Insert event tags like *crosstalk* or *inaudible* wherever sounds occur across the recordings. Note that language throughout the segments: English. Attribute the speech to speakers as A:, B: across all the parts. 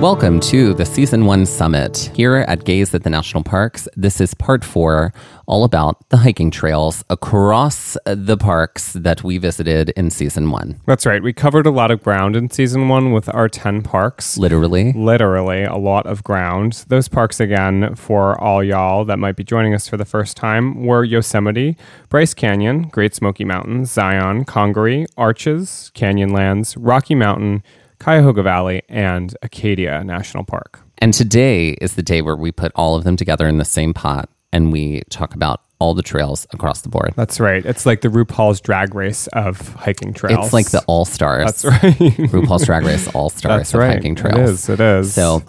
A: Welcome to the Season 1 Summit here at Gaze at the National Parks. This is part four, all about the hiking trails across the parks that we visited in Season 1.
B: That's right. We covered a lot of ground in season one with our 10 parks.
A: Literally.
B: Literally, a lot of ground. Those parks, again, for all y'all that might be joining us for the first time, were Yosemite, Bryce Canyon, Great Smoky Mountains, Zion, Congaree, Arches, Canyonlands, Rocky Mountain, Cuyahoga Valley, and Acadia National Park.
A: And today is the day where we put all of them together in the same pot and we talk about all the trails across the board.
B: That's right. It's like the RuPaul's drag race of hiking trails.
A: It's like the All
B: *laughs*
A: Stars.
B: That's right.
A: RuPaul's Drag Race
B: *laughs*
A: All Stars
B: That's
A: of
B: right.
A: hiking
B: It
A: trails.
B: is, it is.
A: So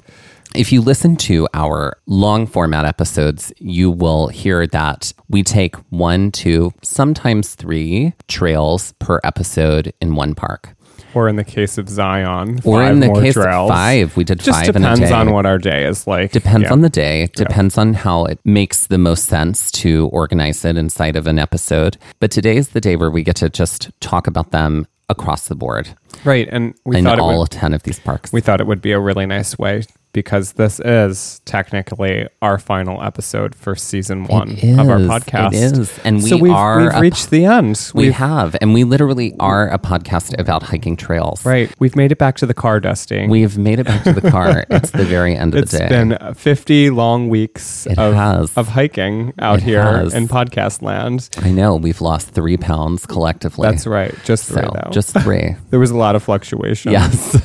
A: if you listen to our long format episodes, you will hear that we take one, two, sometimes three trails per episode in one park.
B: or in the case of Zion,
A: Or
B: five
A: in the
B: more
A: case
B: trails.
A: of five, we did
B: Just
A: five in a
B: depends
A: day.
B: on what our day is like.
A: Depends
B: Yeah.
A: on the day, depends on how it makes the most sense to organize it inside of an episode. But today is the day where we get to just talk about them across the board
B: right, and we
A: in
B: thought it
A: all
B: would,
A: 10 of these parks.
B: we thought it would be a really nice way because this is technically our final episode for season one of our
A: is, it
B: podcast.
A: is, and
B: so
A: we
B: we've,
A: are
B: we've
A: a-
B: reached the end.
A: We
B: We've-
A: have, and we literally are a podcast about hiking trails.
B: right. We've made it back to the car dusting.
A: We've made it back to
B: *laughs*
A: the car. it's the very end of
B: It's
A: the day.
B: been 50 long weeks
A: It
B: of,
A: has.
B: of hiking out
A: It
B: here
A: has.
B: in podcast land.
A: I know we've lost three pounds collectively.
B: That's right. Just three,
A: So
B: though.
A: just
B: *laughs*
A: three. *laughs*
B: there was a lot of fluctuation.
A: yes.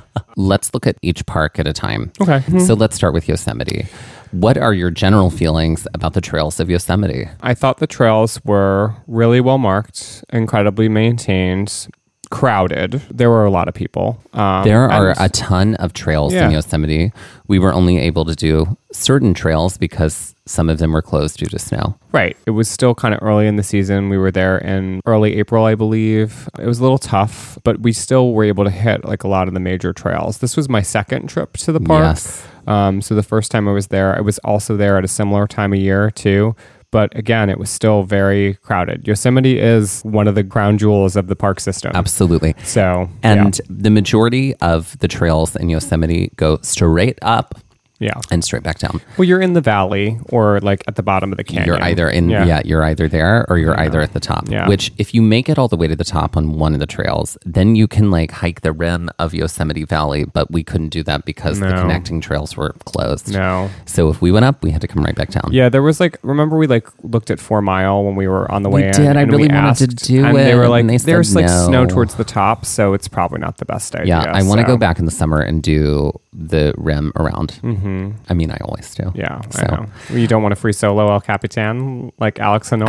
A: *laughs* let's look at each park at a time.
B: Okay.
A: So let's start with Yosemite. What are your general feelings about the trails of Yosemite?
B: I thought the trails were really well marked, incredibly maintained, crowded. There were a lot of people. Um,
A: There are
B: and-
A: a ton of trails
B: Yeah.
A: in Yosemite. We were only able to do certain trails because some of them were closed due to snow.
B: right. It was still kind of early in the season. We were there in early April, I believe. It was a little tough, but we still were able to hit like a lot of the major trails. This was my second trip to the park.
A: Yes.
B: Um, so the first time I was there, I was also there at a similar time of year too. But again, it was still very crowded. Yosemite is one of the crown jewels of the park system.
A: Absolutely.
B: So
A: And the majority of the trails in Yosemite go straight up
B: yeah. yeah.
A: and straight back down.
B: Well, you're in the valley or like at the bottom of the canyon.
A: You're either in yeah. you're either there or you're either at the top.
B: Yeah.
A: Which if you make it all the way to the top on one of the trails, then you can like hike the rim of Yosemite Valley, but we couldn't do that because the
B: No.
A: connecting trails were closed.
B: No.
A: So if we went up, we had to come right back down.
B: Yeah, there was like remember we like looked at Four Mile when we were on the way in.
A: did. I
B: and
A: really
B: we
A: wanted to
B: asked,
A: do
B: and
A: it,
B: They were
A: and
B: like,
A: they said
B: there's like
A: no.
B: snow towards the top, so it's probably not the best idea.
A: Yeah, I want to
B: so-
A: go back in the summer and do the rim around. Mm-hmm. I mean, I always do.
B: Yeah,
A: So.
B: I know. You don't want to free solo El Capitan like Alex and all.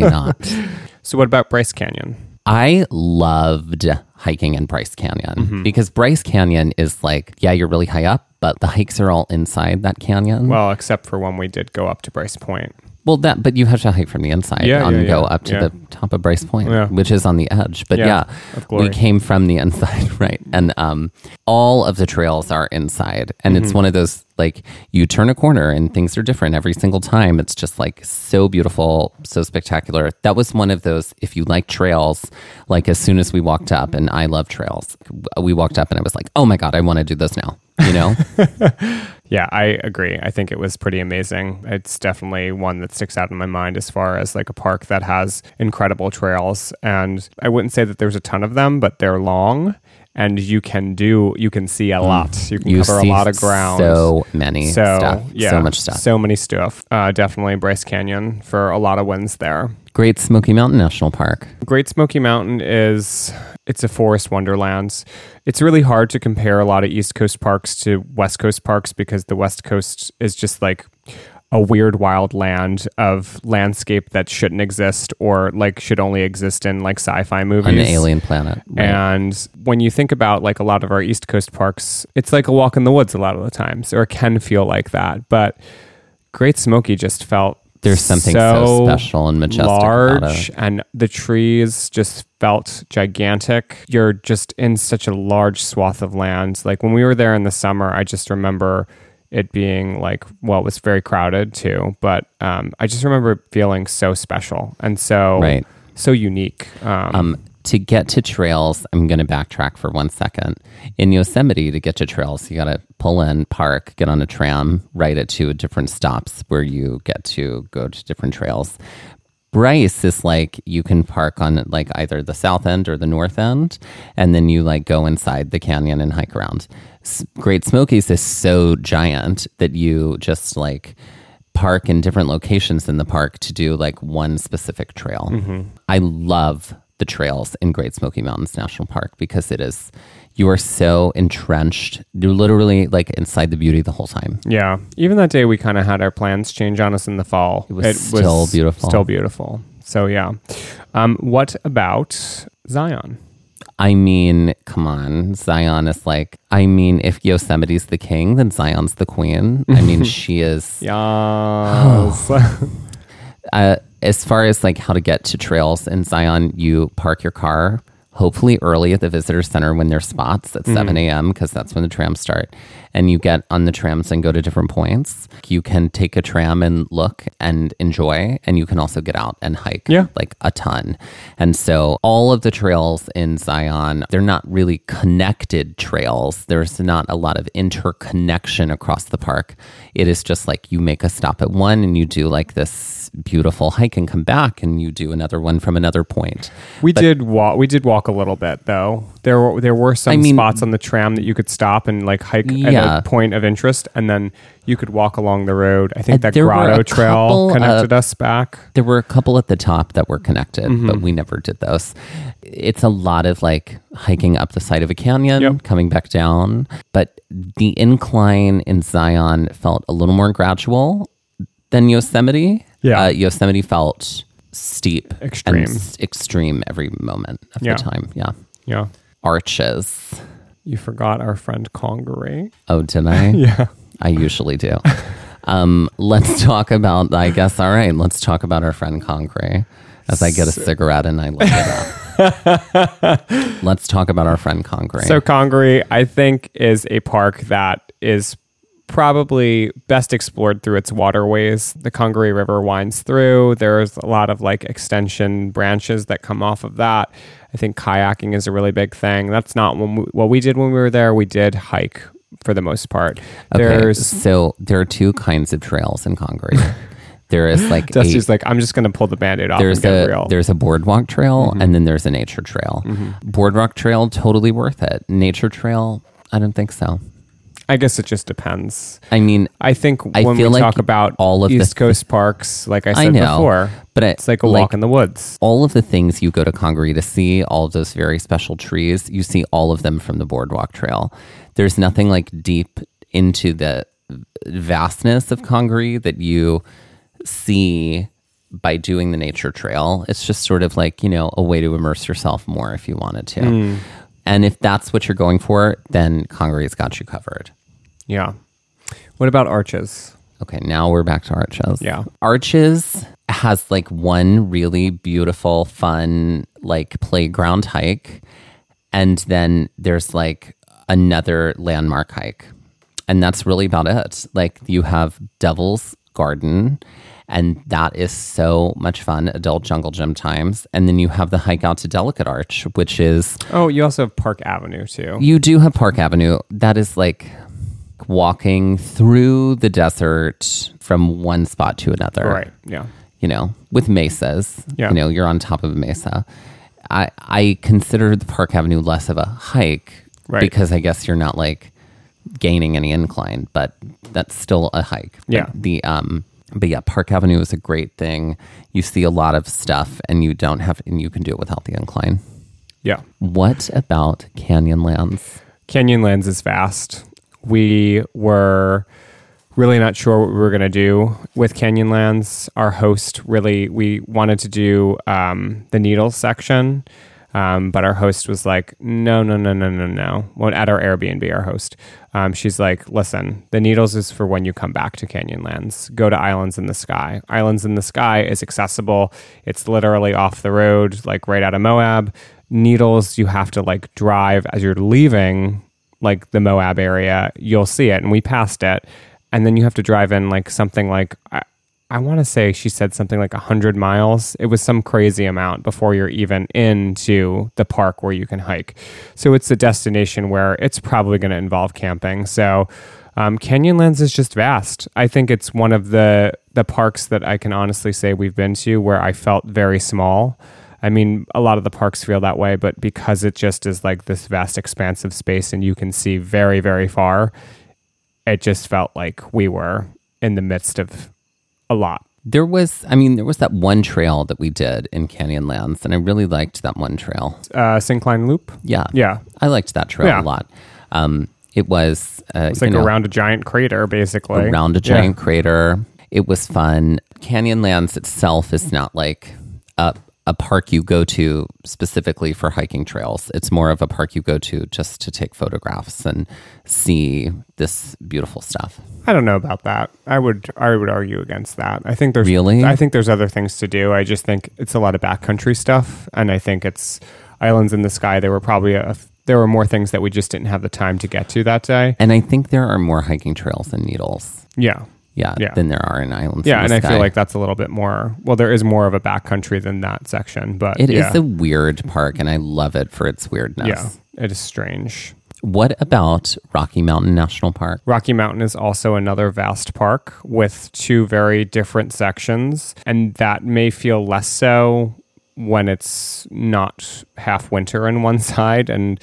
B: *laughs*
A: not.
B: so what about Bryce Canyon?
A: I loved hiking in Bryce Canyon because Bryce Canyon is like, yeah, you're really high up, but the hikes are all inside that canyon.
B: Well, except for when we did go up to Bryce Point.
A: Well, that but you have to hike from the inside
B: Yeah,
A: and
B: yeah,
A: go
B: yeah,
A: up to
B: yeah.
A: the top of Bryce Point,
B: Yeah.
A: which is on the edge. But
B: Yeah,
A: yeah,
B: of glory.
A: we came from the *laughs* inside, right? And um, all of the trails are inside, and it's
B: Mm-hmm.
A: one of those like you turn a corner and things are different every single time. It's just like so beautiful, so spectacular. That was one of those. If you like trails, like as soon as we walked up, and I love trails, we walked up and I was like, oh my god, I want to do this now. You know.
B: Yeah, I agree. I think it was pretty amazing. It's definitely one that sticks out in my mind as far as like a park that has incredible trails. And I wouldn't say that there's a ton of them, but they're long and you can do, you can see a lot. *laughs* You can
A: Mm. You
B: cover a
A: see
B: lot of ground.
A: So many
B: So,
A: stuff.
B: yeah,
A: So much stuff.
B: So many stuff. Uh, definitely Bryce Canyon for a lot of wins there.
A: Great Smoky Mountain National Park.
B: Great Smoky Mountain is it's a forest wonderland. It's really hard to compare a lot of East Coast parks to West Coast parks because the West Coast is just like a weird wild land of landscape that shouldn't exist or like should only exist in like sci-fi movies.
A: An alien planet. right?
B: And when you think about like a lot of our East Coast parks, it's like a walk in the woods a lot of the times, or it can feel like that. But Great Smoky just felt
A: There's something so special and majestic about
B: large, and the trees just felt gigantic. You're just in such a large swath of land. Like when we were there in the summer, I just remember it being like well it was very crowded too but um, i just remember it feeling so special and so
A: Right.
B: so unique um,
A: Um, to get to trails, I'm going to backtrack for one second. In Yosemite, to get to trails, you got to pull in, park, get on a tram, ride it to different stops where you get to go to different trails. Bryce is like you can park on like either the south end or the north end, and then you like go inside the canyon and hike around. S- Great Smokies is so giant that you just like park in different locations in the park to do like one specific trail. I love the trails in Great Smoky Mountains National Park because it is you are so entrenched. You're literally like inside the beauty the whole time.
B: Yeah. Even that day, we kind of had our plans change on us in the fall. It
A: was still beautiful.
B: Still beautiful. So, yeah. Um, what about
A: *sighs*
B: Zion?
A: I mean, come on. Zion is like, I mean, if Yosemite's the king, then Zion's the queen. I mean, she is.
B: Yes.
A: Uh, as far as like how to get to trails in Zion, you park your car hopefully early at the visitor center when there's spots at 7 a.m. because that's when the trams start. And you get on the trams and go to different points. You can take a tram and look and enjoy. And you can also get out and hike
B: Yeah.
A: like a ton. And so all of the trails in Zion, they're not really connected trails. There's not a lot of interconnection across the park. It is just like you make a stop at one and you do like this beautiful hike and come back and you do another one from another point.
B: we did walk. We did walk a little bit though. There were there were some
A: I mean-
B: spots on the tram that you could stop and like hike
A: Yeah.
B: at a point of interest, and then you could walk along the road. I think
A: Uh,
B: that
A: there were
B: grotto
A: a
B: trail
A: couple
B: connected us back.
A: There were a couple at the top that were connected,
B: Mm-hmm.
A: but we never did those. It's a lot of like hiking up the side of a canyon,
B: Yep.
A: coming back down. But the incline in Zion felt a little more gradual than Yosemite.
B: Yeah.
A: Uh, Yosemite felt steep, and
B: Extreme.
A: s- extreme every moment of
B: Yeah.
A: the time. Yeah.
B: Yeah.
A: Arches.
B: You forgot our friend Congaree. *laughs*
A: Oh, did I?
B: Yeah.
A: I usually do. Um, let's talk about, I guess, all right, let's talk about our friend Congreve as I get a cigarette and I look it up.
B: *laughs*
A: let's talk about our friend Congreve.
B: So Congaree, I think, is a park that is probably best explored through its waterways. The Congaree River winds through. There's a lot of like extension branches that come off of that. I think kayaking is a really big thing. That's not when we, what we did when we were there. We did hike for the most part. There's
A: so there are two kinds of trails in
B: *laughs*
A: Congreve. there is like a-
B: Dusty's like, I'm just gonna pull the Mm-hmm. band-aid off
A: there's
B: and get
A: a
B: real.
A: there's a boardwalk trail and then there's a nature trail.
B: Mm-hmm.
A: Boardwalk trail totally worth it. Nature trail, I don't think so.
B: I guess it just depends.
A: I mean,
B: I think
A: I
B: when we
A: feel like
B: talk about
A: all of
B: East
A: the-
B: Coast parks, like I
A: I
B: said
A: know,
B: before,
A: but I-
B: it's like a
A: like-
B: walk in the woods.
A: all of the things you go to Congaree to see, all of those very special trees, you see all of them from the boardwalk trail. There's nothing like deep into the vastness of Congaree that you see by doing the nature trail. It's just sort of like, you know, a way to immerse yourself more if you wanted to. And if that's what you're going for, then Congaree's got you covered.
B: Yeah. What about arches?
A: Okay, now we're back to Arches.
B: Yeah.
A: Arches has like one really beautiful, fun, like playground hike. And then there's like another landmark hike. And that's really about it. Like you have Devil's Garden, and that is so much fun, adult jungle gym times. And then you have the hike out to Delicate Arch, which is
B: Oh, you also have Park Avenue too.
A: you do have Park Avenue. That is like walking through the desert from one spot to another.
B: Right. Yeah.
A: You know, with mesas.
B: Yeah.
A: You know, you're on top of a mesa. I I consider the Park Avenue less of a hike
B: Right.
A: because I guess you're not like gaining any incline, but that's still a hike. But
B: Yeah.
A: The um but yeah, Park Avenue is a great thing. You see a lot of stuff and you don't have and you can do it without the incline.
B: Yeah.
A: What about Canyonlands?
B: Canyonlands is vast. We were really not sure what we were going to do with Canyonlands. Our host really, we wanted to do um, the Needles section, um, but our host was like, no, no, no, no, no, no. Well, at our Airbnb, our host, um, she's like, listen, the Needles is for when you come back to Canyonlands. Go to Islands in the Sky. Islands in the Sky is accessible. It's literally off the road, like right out of Moab. Needles, you have to like drive as you're leaving like the Moab area, you'll see it. And we passed it. And then you have to drive in like something like, I, I want to say she said something like 100 miles. It was some crazy amount before you're even into the park where you can hike. So it's a destination where it's probably going to involve camping. So um, Canyonlands is just vast. I think it's one of the, the parks that I can honestly say we've been to where I felt very small. I mean, a lot of the parks feel that way, but because it just is like this vast expanse of space and you can see very, very far, it just felt like we were in the midst of a lot.
A: There was, I mean, there was that one trail that we did in Canyonlands, and I really liked that one trail.
B: Uh, Syncline Loop?
A: Yeah,
B: Yeah.
A: I liked that trail
B: Yeah.
A: a lot. Um, it was, uh,
B: It's
A: you
B: like
A: know,
B: around a giant crater, basically.
A: around a
B: Yeah.
A: giant crater. It was fun. Canyonlands itself is not like a, a park you go to specifically for hiking trails. It's more of a park you go to just to take photographs and see this beautiful stuff.
B: I don't know about that. I would I would argue against that. I think there's
A: Really?
B: I think there's other things to do. I just think it's a lot of backcountry stuff, and I think it's islands in the sky. There were probably a, there were more things that we just didn't have the time to get to that day.
A: And I think there are more hiking trails in Needles.
B: Yeah,
A: Yeah,
B: Yeah.
A: than there are in islands.
B: yeah,
A: in
B: and
A: the
B: I
A: sky.
B: feel like that's a little bit more. Well, there is more of a backcountry than that section, but
A: It is
B: yeah,
A: a weird park, and I love it for its weirdness.
B: yeah, it is strange.
A: What about Rocky Mountain National Park?
B: Rocky Mountain is also another vast park with two very different sections, and that may feel less so when it's not half winter on one *laughs* side and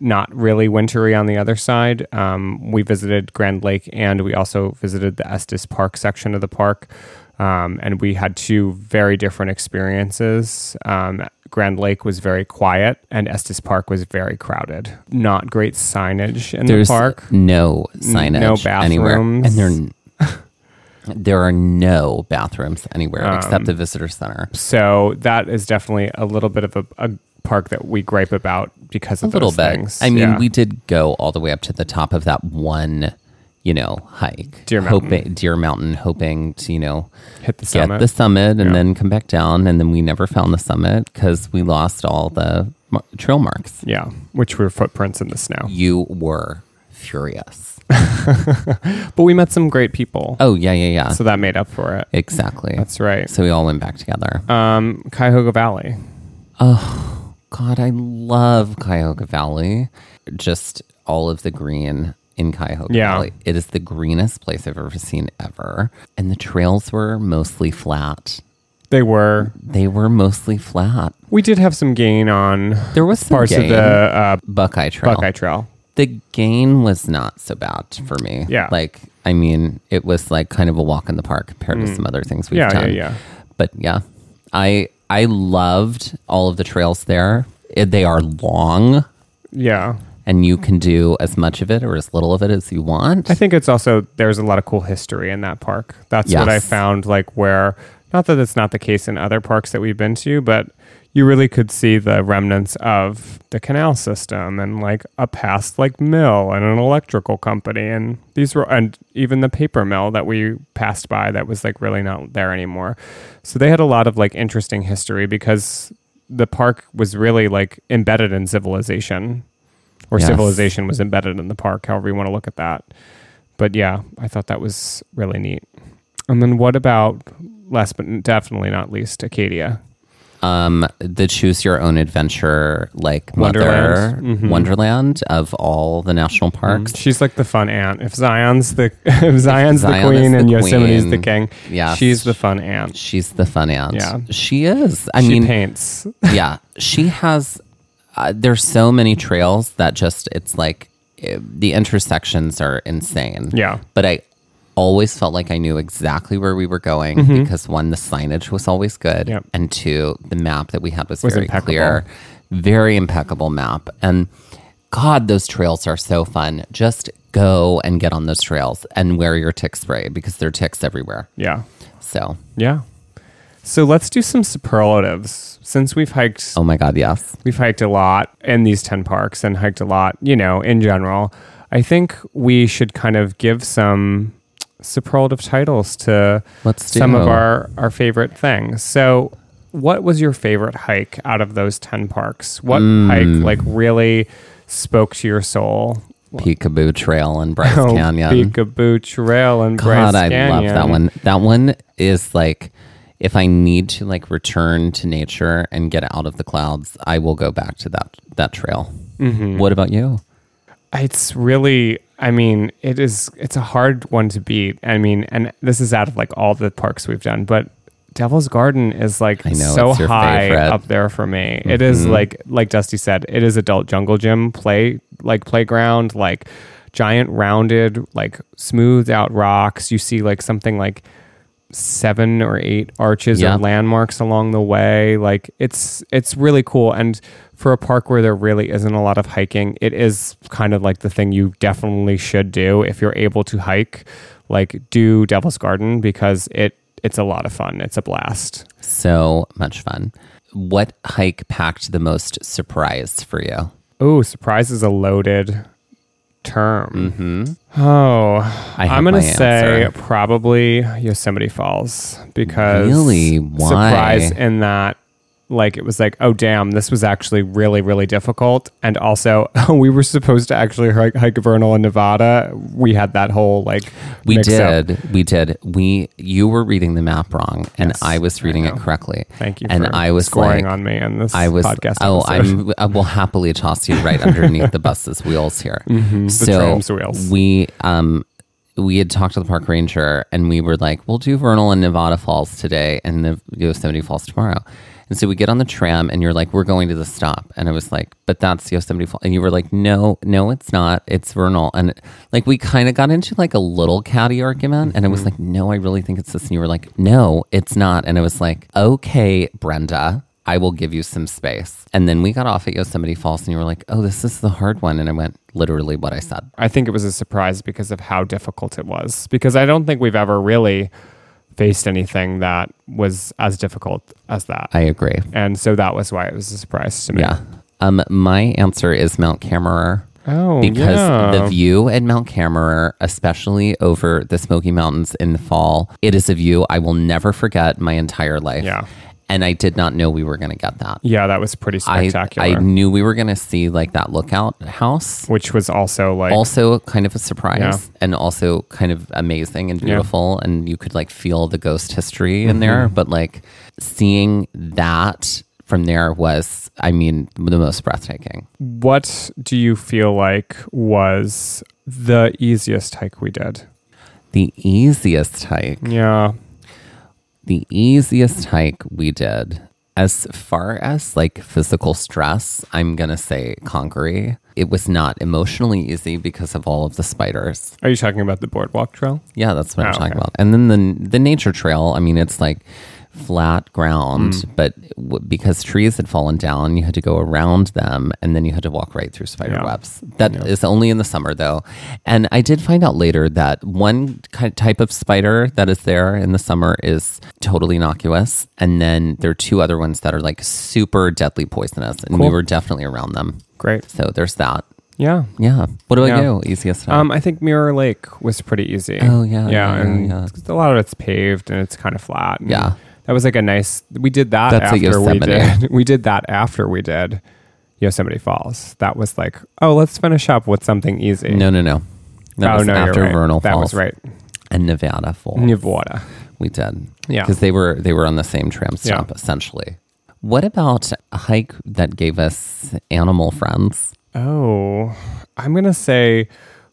B: not really wintry on the other side. Um, we visited Grand Lake and we also visited the Estes Park section of the park, um, and we had two very different experiences. Um, Grand Lake was very quiet, and Estes Park was very crowded. Not great signage in
A: There's
B: the park.
A: no signage
B: no
A: anywhere, and
B: bathrooms.
A: there
B: *laughs*
A: there are no bathrooms anywhere
B: Um,
A: except the visitor center.
B: So that is definitely a little bit of a, a park that we gripe about because
A: A
B: of
A: little
B: those
A: bit.
B: things.
A: I mean,
B: Yeah.
A: we did go all the way up to the top of that one, you know, hike.
B: Deer Mountain.
A: hoping, Deer Mountain, hoping to you know
B: hit the
A: get
B: summit.
A: the summit and then come back down, and then we never found the summit because we lost all the mar- trail marks.
B: yeah, which were footprints in the snow.
A: you were furious.
B: But we met some great people,
A: Oh yeah, yeah, yeah.
B: so that made up for it.
A: exactly.
B: That's right.
A: So we all went back together.
B: Um, Cuyahoga Valley.
A: God, I love Cuyahoga Valley. Just all of the green in Cuyahoga
B: Yeah.
A: Valley. It is the greenest place I've ever seen ever. And the trails were mostly flat.
B: They were.
A: They were mostly flat.
B: We did have some gain on
A: There was some
B: parts
A: gain.
B: of the uh,
A: Buckeye Trail.
B: Buckeye Trail.
A: The gain was not so bad for me.
B: Yeah.
A: Like, I mean, it was like kind of a walk in the park compared to some other things we've
B: Hmm. Yeah, yeah,
A: done.
B: yeah.
A: But yeah, I I loved all of the trails there. It, they are long,
B: Yeah,
A: and you can do as much of it or as little of it as you want.
B: I think it's also there's a lot of cool history in that park. That's what I
A: Yes.
B: found like where not that it's not the case in other parks that we've been to, but you really could see the remnants of the canal system and like a past like mill and an electrical company and these were and even the paper mill that we passed by that was like really not there anymore. So they had a lot of like interesting history because the park was really like embedded in civilization or
A: Yes.
B: civilization was embedded in the park, however you want to look at that. But yeah, I thought that was really neat. And then what about last but definitely not least, Acadia?
A: um, the choose your own adventure like mother
B: Wonderland. Mm-hmm.
A: wonderland, of all the national parks.
B: She's like the fun aunt. If Zion's the *laughs* if Zion's
A: Zion
B: the
A: is
B: queen
A: the
B: and Yosemite's the
A: queen,
B: king,
A: yes.
B: she's the fun aunt.
A: She's the fun aunt.
B: Yeah.
A: she is. I
B: she
A: mean,
B: paints.
A: *laughs* yeah, she has. Uh, there's so many trails that just it's like eh, the intersections are insane.
B: Yeah.
A: but I always felt like I knew exactly where we were going because one, the signage was always good,
B: Mm-hmm. Yep.
A: and two, the map that we had was,
B: Was
A: very
B: impeccable.
A: clear, very impeccable map. And God, those trails are so fun. Just go and get on those trails and wear your tick spray because there are ticks everywhere.
B: Yeah.
A: So,
B: Yeah. So let's do some superlatives. Since we've hiked
A: oh my God, yes.
B: we've hiked a lot in these 10 parks and hiked a lot, you know, in general. I think we should kind of give some superlative titles to
A: Let's do.
B: some of our, our favorite things. So, what was your favorite hike out of those 10 parks? What
A: Mm.
B: hike, like, really spoke to your soul?
A: Peekaboo Trail in
B: *laughs*
A: Bryce
B: Oh,
A: Canyon.
B: Peekaboo Trail and Bryce
A: God, I love
B: Canyon.
A: that one. That one is like if I need to like return to nature and get out of the clouds, I will go back to that that trail.
B: Mm-hmm.
A: What about you?
B: It's really, I mean, it is, it's a hard one to beat. I mean, and this is out of like all the parks we've done, but Devil's Garden is like
A: know,
B: so
A: it's your
B: high
A: favorite. Mm-hmm.
B: up there for me. It is like, like Dusty said, it is adult jungle gym play, like playground, like giant rounded, like smoothed out rocks. You see like something like seven or eight arches
A: Yeah.
B: or landmarks along the way. Like it's it's really cool. And for a park where there really isn't a lot of hiking, it is kind of like the thing you definitely should do if you're able to hike. Like do Devil's Garden because it it's a lot of fun. It's a blast.
A: So much fun. What hike packed the most surprise for you?
B: Oh, surprise is a loaded term. Oh,
A: I have
B: I'm gonna
A: my
B: say
A: answer.
B: probably Yosemite Falls because
A: Really? Why?
B: surprise in that like it was like oh damn this was actually really really difficult and also *laughs* we were supposed to actually hike, hike Vernal in Nevada we had that whole like
A: We
B: mix up.
A: did. We did. We you were reading the map wrong and I was reading it correctly.
B: thank you
A: And
B: for
A: I was
B: scoring
A: like,
B: on me in this
A: I was.
B: podcast
A: oh,
B: episode.
A: I'm. I will happily toss
B: *laughs*
A: you right underneath the bus's wheels here. so
B: tram's Mm-hmm. wheels.
A: we um we had talked to the park ranger and we were like, we'll do Vernal and Nevada Falls today and the Yosemite Falls tomorrow. And so we get on the tram and you're like, we're going to the stop. And I was like, but that's Yosemite Falls. And you were like, no, no, it's not. It's Vernal. And like we kind of got into like a little catty argument. And I was like, no, I really think it's this. And you were like, no, it's not. And I was like, okay, Brenda. I will give you some space. And then we got off at Yosemite Falls and you were like, oh, this is the hard one. And I went, literally what I said.
B: *laughs* I think it was a surprise because of how difficult it was. Because I don't think we've ever really faced anything that was as difficult as that.
A: I agree.
B: and so that was why it was a surprise to me.
A: Yeah. Um, my answer is Mount Camerer.
B: Oh,
A: because
B: yeah.
A: the view at Mount Camerer, especially over the Smoky Mountains in the fall, it is a view I will never forget my entire life.
B: Yeah.
A: And I did not know we were going to get that.
B: yeah, that was pretty
A: I,
B: spectacular.
A: I knew we were going to see like that lookout house.
B: which was also like
A: also kind of a surprise
B: Yeah.
A: and also kind of amazing and beautiful and you could like feel the ghost history
B: Mm-hmm.
A: in there but like seeing that from there was i mean the most breathtaking
B: what do you feel like was the easiest hike we did?
A: the easiest hike
B: Yeah.
A: the easiest hike we did as far as like physical stress i'm gonna say conquery it was not emotionally easy because of all of the spiders
B: Are you talking about the boardwalk trail?
A: Yeah, that's
B: Oh,
A: what I'm talking
B: okay.
A: about. And then the the nature trail. I mean, it's like flat ground,
B: Mm.
A: but w- because trees had fallen down, you had to go around them and then you had to walk right through spider
B: Yeah.
A: webs. That is only in the summer though. And I did find out later that one ki type of spider that is there in the summer is totally innocuous. And then there are two other ones that are like super deadly poisonous. And we were definitely around them.
B: Great.
A: So there's that.
B: Yeah.
A: Yeah. What do I
B: Yeah.
A: do? Easiest time.
B: Um, I think Mirror Lake was pretty easy.
A: Oh, yeah,
B: yeah,
A: yeah,
B: and
A: yeah.
B: a lot of it's paved and it's kind of flat. and
A: Yeah.
B: that was like a nice. We did that
A: That's a
B: after we
A: Yosemite.
B: did. *laughs* We did that after we did Yosemite Falls. That was like, oh, let's finish up with something easy.
A: no, no, no. That
B: oh
A: was
B: no,
A: after
B: you're right.
A: Vernal
B: that
A: Falls
B: was right.
A: and Nevada Falls.
B: Nevada.
A: We did.
B: Yeah.
A: Because they were they were on the same tram stop
B: Yeah.
A: essentially. What about a hike that gave us animal friends?
B: Oh, I'm gonna say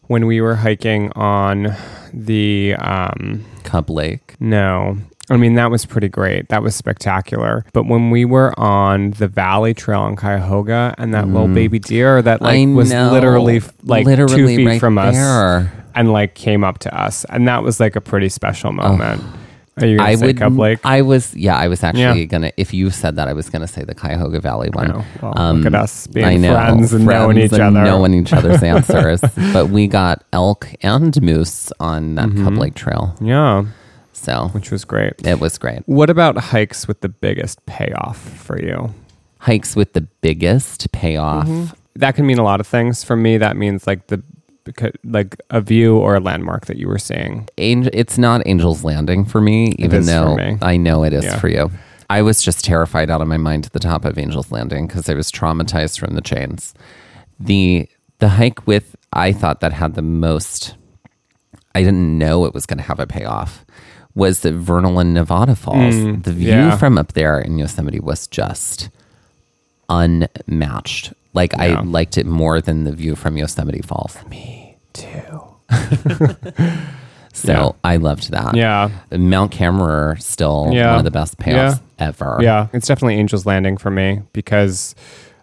B: when we were hiking on the um,
A: Cub Lake.
B: No. I mean, that was pretty great. That was spectacular. But when we were on the Valley Trail in Cuyahoga and that little baby deer that like
A: Mm. I
B: was
A: know.
B: literally f- like two
A: Literally
B: feet
A: right
B: from us
A: there.
B: and like came up to us. And that was like a pretty special moment. Are you going
A: I
B: to say
A: would.
B: Cup Lake?
A: I was. Yeah, I was actually
B: Yeah.
A: gonna. If you said that, I was gonna say the Cuyahoga Valley one.
B: know. Well, look at us being friends and
A: um, friends
B: knowing each
A: and
B: other.
A: knowing
B: *laughs*
A: each other's answers. But we got elk and moose on that
B: Mm-hmm.
A: Cub Lake Trail,
B: yeah,
A: so
B: which was great.
A: it was great.
B: What about hikes with the biggest payoff for you?
A: Hikes with the biggest payoff.
B: Mm-hmm. that can mean a lot of things for me that means like the becau- like a view or a landmark that you were seeing
A: Angel, it's not Angel's Landing for me, even
B: is for
A: though
B: me.
A: I know it is
B: Yeah.
A: for you. I was just terrified out of my mind at the top of Angel's Landing because I was traumatized from the chains. The the hike with I thought that had the most I didn't know it was going to have a payoff was the Vernal and Nevada Falls. the view
B: Mm, yeah.
A: from up there in Yosemite was just unmatched. Like I
B: Yeah.
A: liked it more than the view from Yosemite Falls.
B: too
A: So
B: Yeah.
A: I loved that.
B: yeah
A: Mount Camerer still
B: Yeah.
A: one of the best
B: Yeah.
A: payoffs ever.
B: yeah it's definitely angel's landing for me because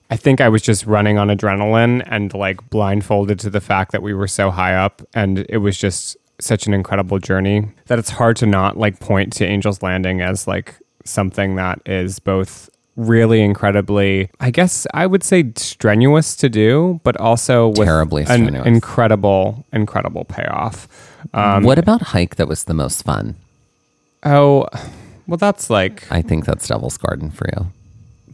B: i think i was just running on adrenaline and like blindfolded to the fact that we were so high up and it was just such an incredible journey that it's hard to not like point to angel's landing as like something that is both really incredibly i guess i would say strenuous to do but also with
A: Terribly
B: an
A: strenuous.
B: incredible incredible payoff Uh, um,
A: what about hike that was the most fun?
B: oh well that's like
A: I think that's Devil's Garden for you.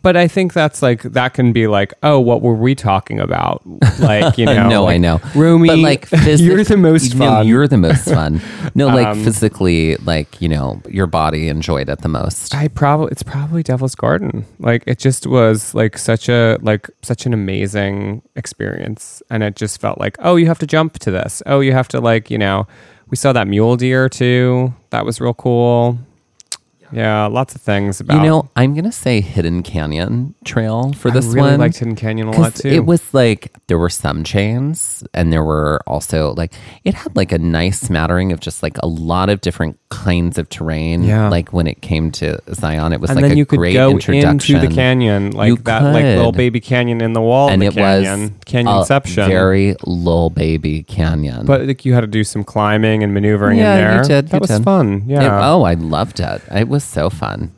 B: but I think that's like that can be like, oh, what were we talking
A: *laughs*
B: about? Like, you know,
A: no,
B: like,
A: I know.
B: Roomy,
A: but like
B: *laughs*
A: physic-
B: you're the most
A: No,
B: fun. Um,
A: you're the most
B: *laughs*
A: fun. No, like physically, like you know, your body enjoyed it the most.
B: I probably it's probably Devil's Garden. Like it just was like such a like such an amazing experience, and it just felt like, oh, you have to jump to this. Oh, you have to like you know, we saw that mule deer too. That was real cool. Yeah, lots of things about.
A: You know, I'm gonna say Hidden Canyon Trail for
B: I
A: this
B: really
A: one.
B: liked Hidden Canyon a lot
A: 'Cause
B: too.
A: It was like there were some chains, and there were also like it had like a nice smattering of just like a lot of different kinds of terrain.
B: Yeah.
A: Like when it came to Zion, it was
B: and
A: like
B: then
A: a
B: you could
A: great
B: go
A: introduction
B: into the canyon, like
A: You
B: that, like little
A: could.
B: baby canyon in the wall,
A: and
B: in
A: it
B: the canyon,
A: was
B: canyonception.
A: a very little baby canyon.
B: but like, you had to do some climbing and maneuvering
A: Yeah,
B: in
A: you
B: there.
A: did,
B: That
A: you
B: was
A: did.
B: fun.
A: It-
B: Yeah.
A: oh, I loved it. It was so fun.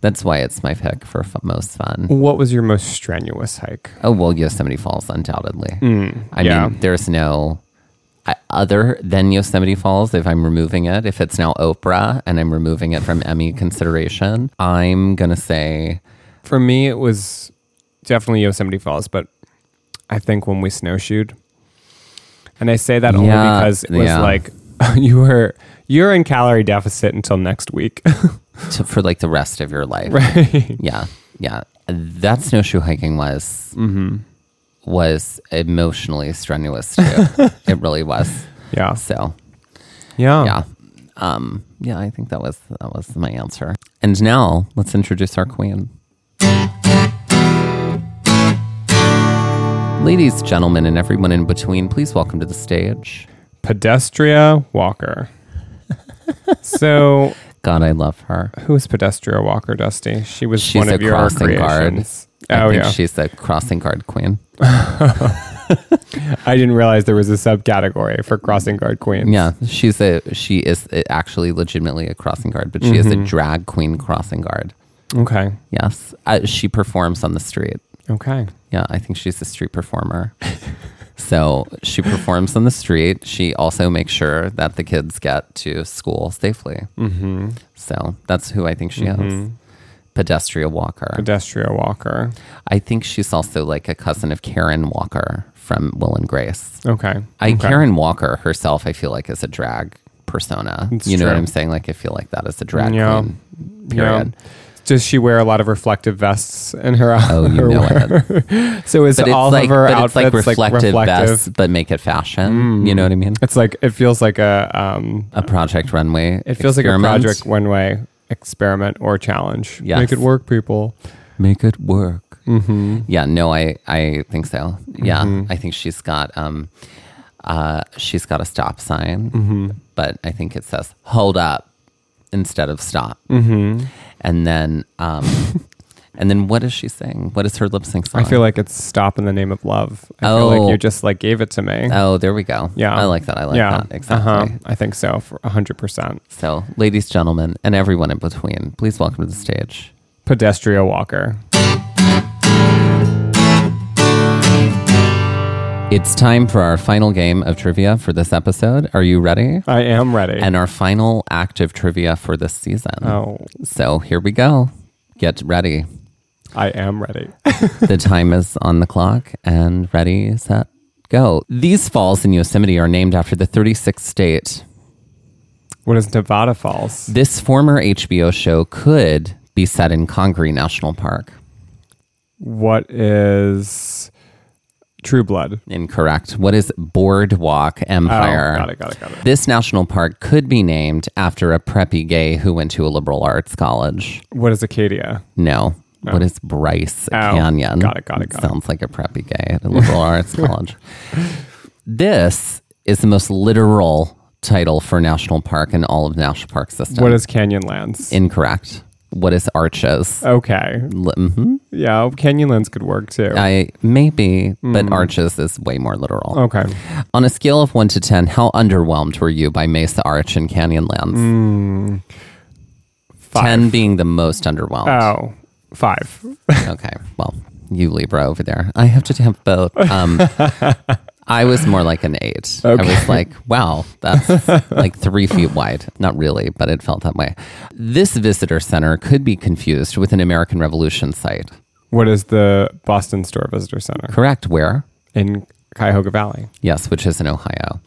A: That's why it's my pick for f- most fun.
B: What was your most strenuous hike?
A: Oh well, Yosemite Falls, undoubtedly. I
B: Mm, yeah.
A: mean, there's no I, other than Yosemite Falls. If I'm removing it, if it's now Oprah and I'm removing it from Emmy consideration, I'm gonna say
B: For me, it was definitely Yosemite Falls, but I think when we snowshoed, and I say that only
A: Yeah,
B: because it was
A: yeah.
B: like *laughs* you were you're in calorie deficit until next week. *laughs*
A: to, for like the rest of your life.
B: Right.
A: *laughs* Yeah, yeah. That snowshoe hiking was
B: Mm-hmm.
A: was emotionally strenuous too.
B: *laughs*
A: it really was.
B: yeah.
A: So
B: Yeah.
A: yeah. Um, yeah, I think that was that was my answer. And now let's introduce our queen. Ladies, gentlemen, and everyone in between, please welcome to the stage.
B: Pedestria Walker. *laughs* so
A: God, I love her.
B: Who is Pedestria Walker Dusty? She was
A: She's
B: one
A: a
B: of your
A: crossing guard.
B: creations.
A: I
B: Oh
A: think
B: yeah,
A: she's the crossing guard queen.
B: I didn't realize there was a subcategory for crossing guard queens.
A: Yeah, she's a she is actually legitimately a crossing guard, but she is a drag queen crossing guard.
B: Okay.
A: Yes, uh, she performs on the street.
B: Okay.
A: Yeah, I think she's a street
B: *laughs*
A: performer. so she performs on the street. She also makes sure that the kids get to school safely. Mm-hmm. So that's who I think she is.
B: Mm-hmm.
A: Pedestrian Walker.
B: Pedestrian walker.
A: I think she's also like a cousin of Karen Walker from Will and Grace.
B: Okay.
A: I
B: okay.
A: Karen Walker herself, I feel like is a drag persona. you know what
B: true.
A: I'm saying? Like I feel like that is a drag
B: Yeah.
A: queen. Period.
B: Does she wear a lot of reflective vests in her?
A: Oh, you
B: her
A: know
B: wear? *laughs*
A: it.
B: So is
A: But it's
B: all
A: like,
B: of her
A: but it's
B: outfits
A: like reflective,
B: reflective? Mm.
A: vests, but make it fashion. You know what I mean?
B: It's like it feels like a um,
A: A project runway.
B: it feels like
A: experiment.
B: a project one way experiment or challenge.
A: Yes.
B: Make it work, people.
A: Make it work. Mm-hmm. Yeah. No, I I think so. Yeah,
B: Mm-hmm.
A: I think she's got um, uh, she's got a stop sign,
B: Mm-hmm.
A: but I think it says hold up instead of stop. Mm-hmm. And then um, *laughs* and then what is she saying? What is her lip sync song?
B: I feel like it's stop in the name of love. I feel
A: Oh.
B: like you just like gave it to me.
A: Oh, there we go.
B: yeah,
A: I like that. I like
B: Yeah.
A: that. Exactly.
B: Uh-huh. I think so for hundred percent.
A: So, ladies, gentlemen, and everyone in between, please welcome to the stage.
B: Pedestrian walker.
A: It's time for our final game of trivia for this episode. Are you ready?
B: I am ready.
A: And our final active trivia for this season.
B: oh,
A: So, here we go. Get ready.
B: I am ready.
A: the time is on the clock and ready, set, go. These falls in Yosemite are named after the 36th state.
B: what is Nevada Falls?
A: This former HBO show could be set in Congaree National Park.
B: What is True Blood?
A: Incorrect. What is Boardwalk
B: Oh,
A: Empire?
B: got it, got it, got it.
A: This national park could be named after a preppy gay who went to a liberal arts college.
B: What is Acadia?
A: No. What is Bryce Canyon?
B: got it, got it, got it.
A: Sounds like a preppy gay at
B: *laughs*
A: a liberal arts college. This is the most literal title for national park in all of the national park system.
B: What is Canyonlands?
A: Incorrect. What is Arches?
B: okay.
A: hmm
B: Yeah, Canyonlands could work too.
A: I maybe, but
B: Mm.
A: Arches is way more literal.
B: okay.
A: On a scale of one to ten, how underwhelmed were you by Mesa Arch and Canyonlands?
B: Mm.
A: Ten being the most underwhelmed.
B: Oh, five.
A: Okay, well, you Libra over there. I have to have both. Um, I was more like an eight. I was like, wow, that's like three feet wide. Not really, but it felt that way. This visitor center could be confused with an American Revolution site.
B: What is the Boston Store Visitor Center
A: Correct? Where?
B: in Cuyahoga Valley?
A: Yes, which is in Ohio.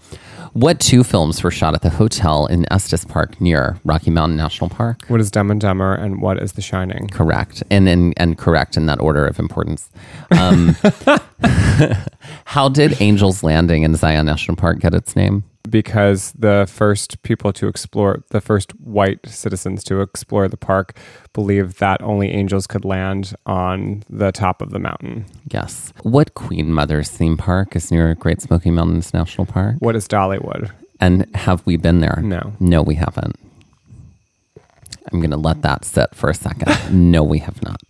A: What two films were shot at the hotel in Estes Park near Rocky Mountain National Park?
B: What is Dumb and Dumber and what is The Shining?
A: Correct. And and, and correct in that order of importance. Um, how did Angel's Landing in Zion National Park get its name?
B: Because the first people to explore, the first white citizens to explore the park, believed that only angels could land on the top of the mountain.
A: Yes. What Queen Mother's theme park is near Great Smoky Mountains National Park?
B: What is Dollywood?
A: And have we been there?
B: No.
A: No, we haven't. I'm going to let that sit for a second. no, we have not.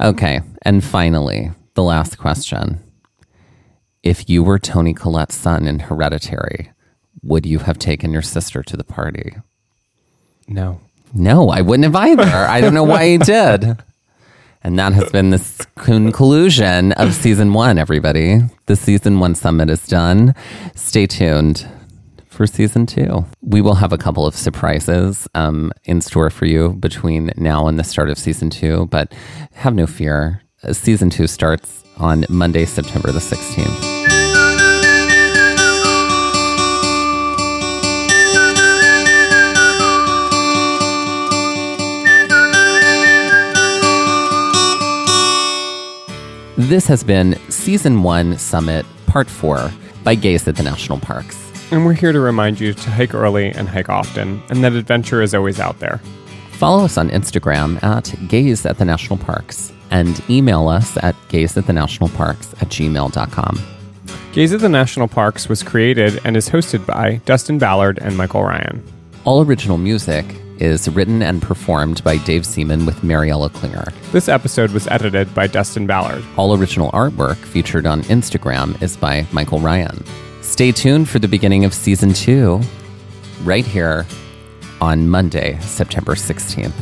A: Okay. And finally, the last question. If you were Tony Collette's son in Hereditary, would you have taken your sister to the party?
B: No.
A: No, I wouldn't have either. I don't know why I did. And that has been this conclusion of season one, everybody. The season one summit is done. Stay tuned for season two. We will have a couple of surprises um, in store for you between now and the start of season two, but have no fear. Uh, Season two starts on Monday, September the 16th. This has been Season One Summit Part Four by Gays at the National Parks.
B: And we're here to remind you to hike early and hike often, and that adventure is always out there.
A: Follow us on Instagram at Gaze at the National Parks and email us at gaze at the national parks at gmail.com.
B: Gaze at the National Parks was created and is hosted by Dustin Ballard and Michael Ryan.
A: All original music is written and performed by Dave Seaman with Mariella Klinger.
B: This episode was edited by Dustin Ballard.
A: All original artwork featured on Instagram is by Michael Ryan. Stay tuned for the beginning of season two right here on Monday, September 16th.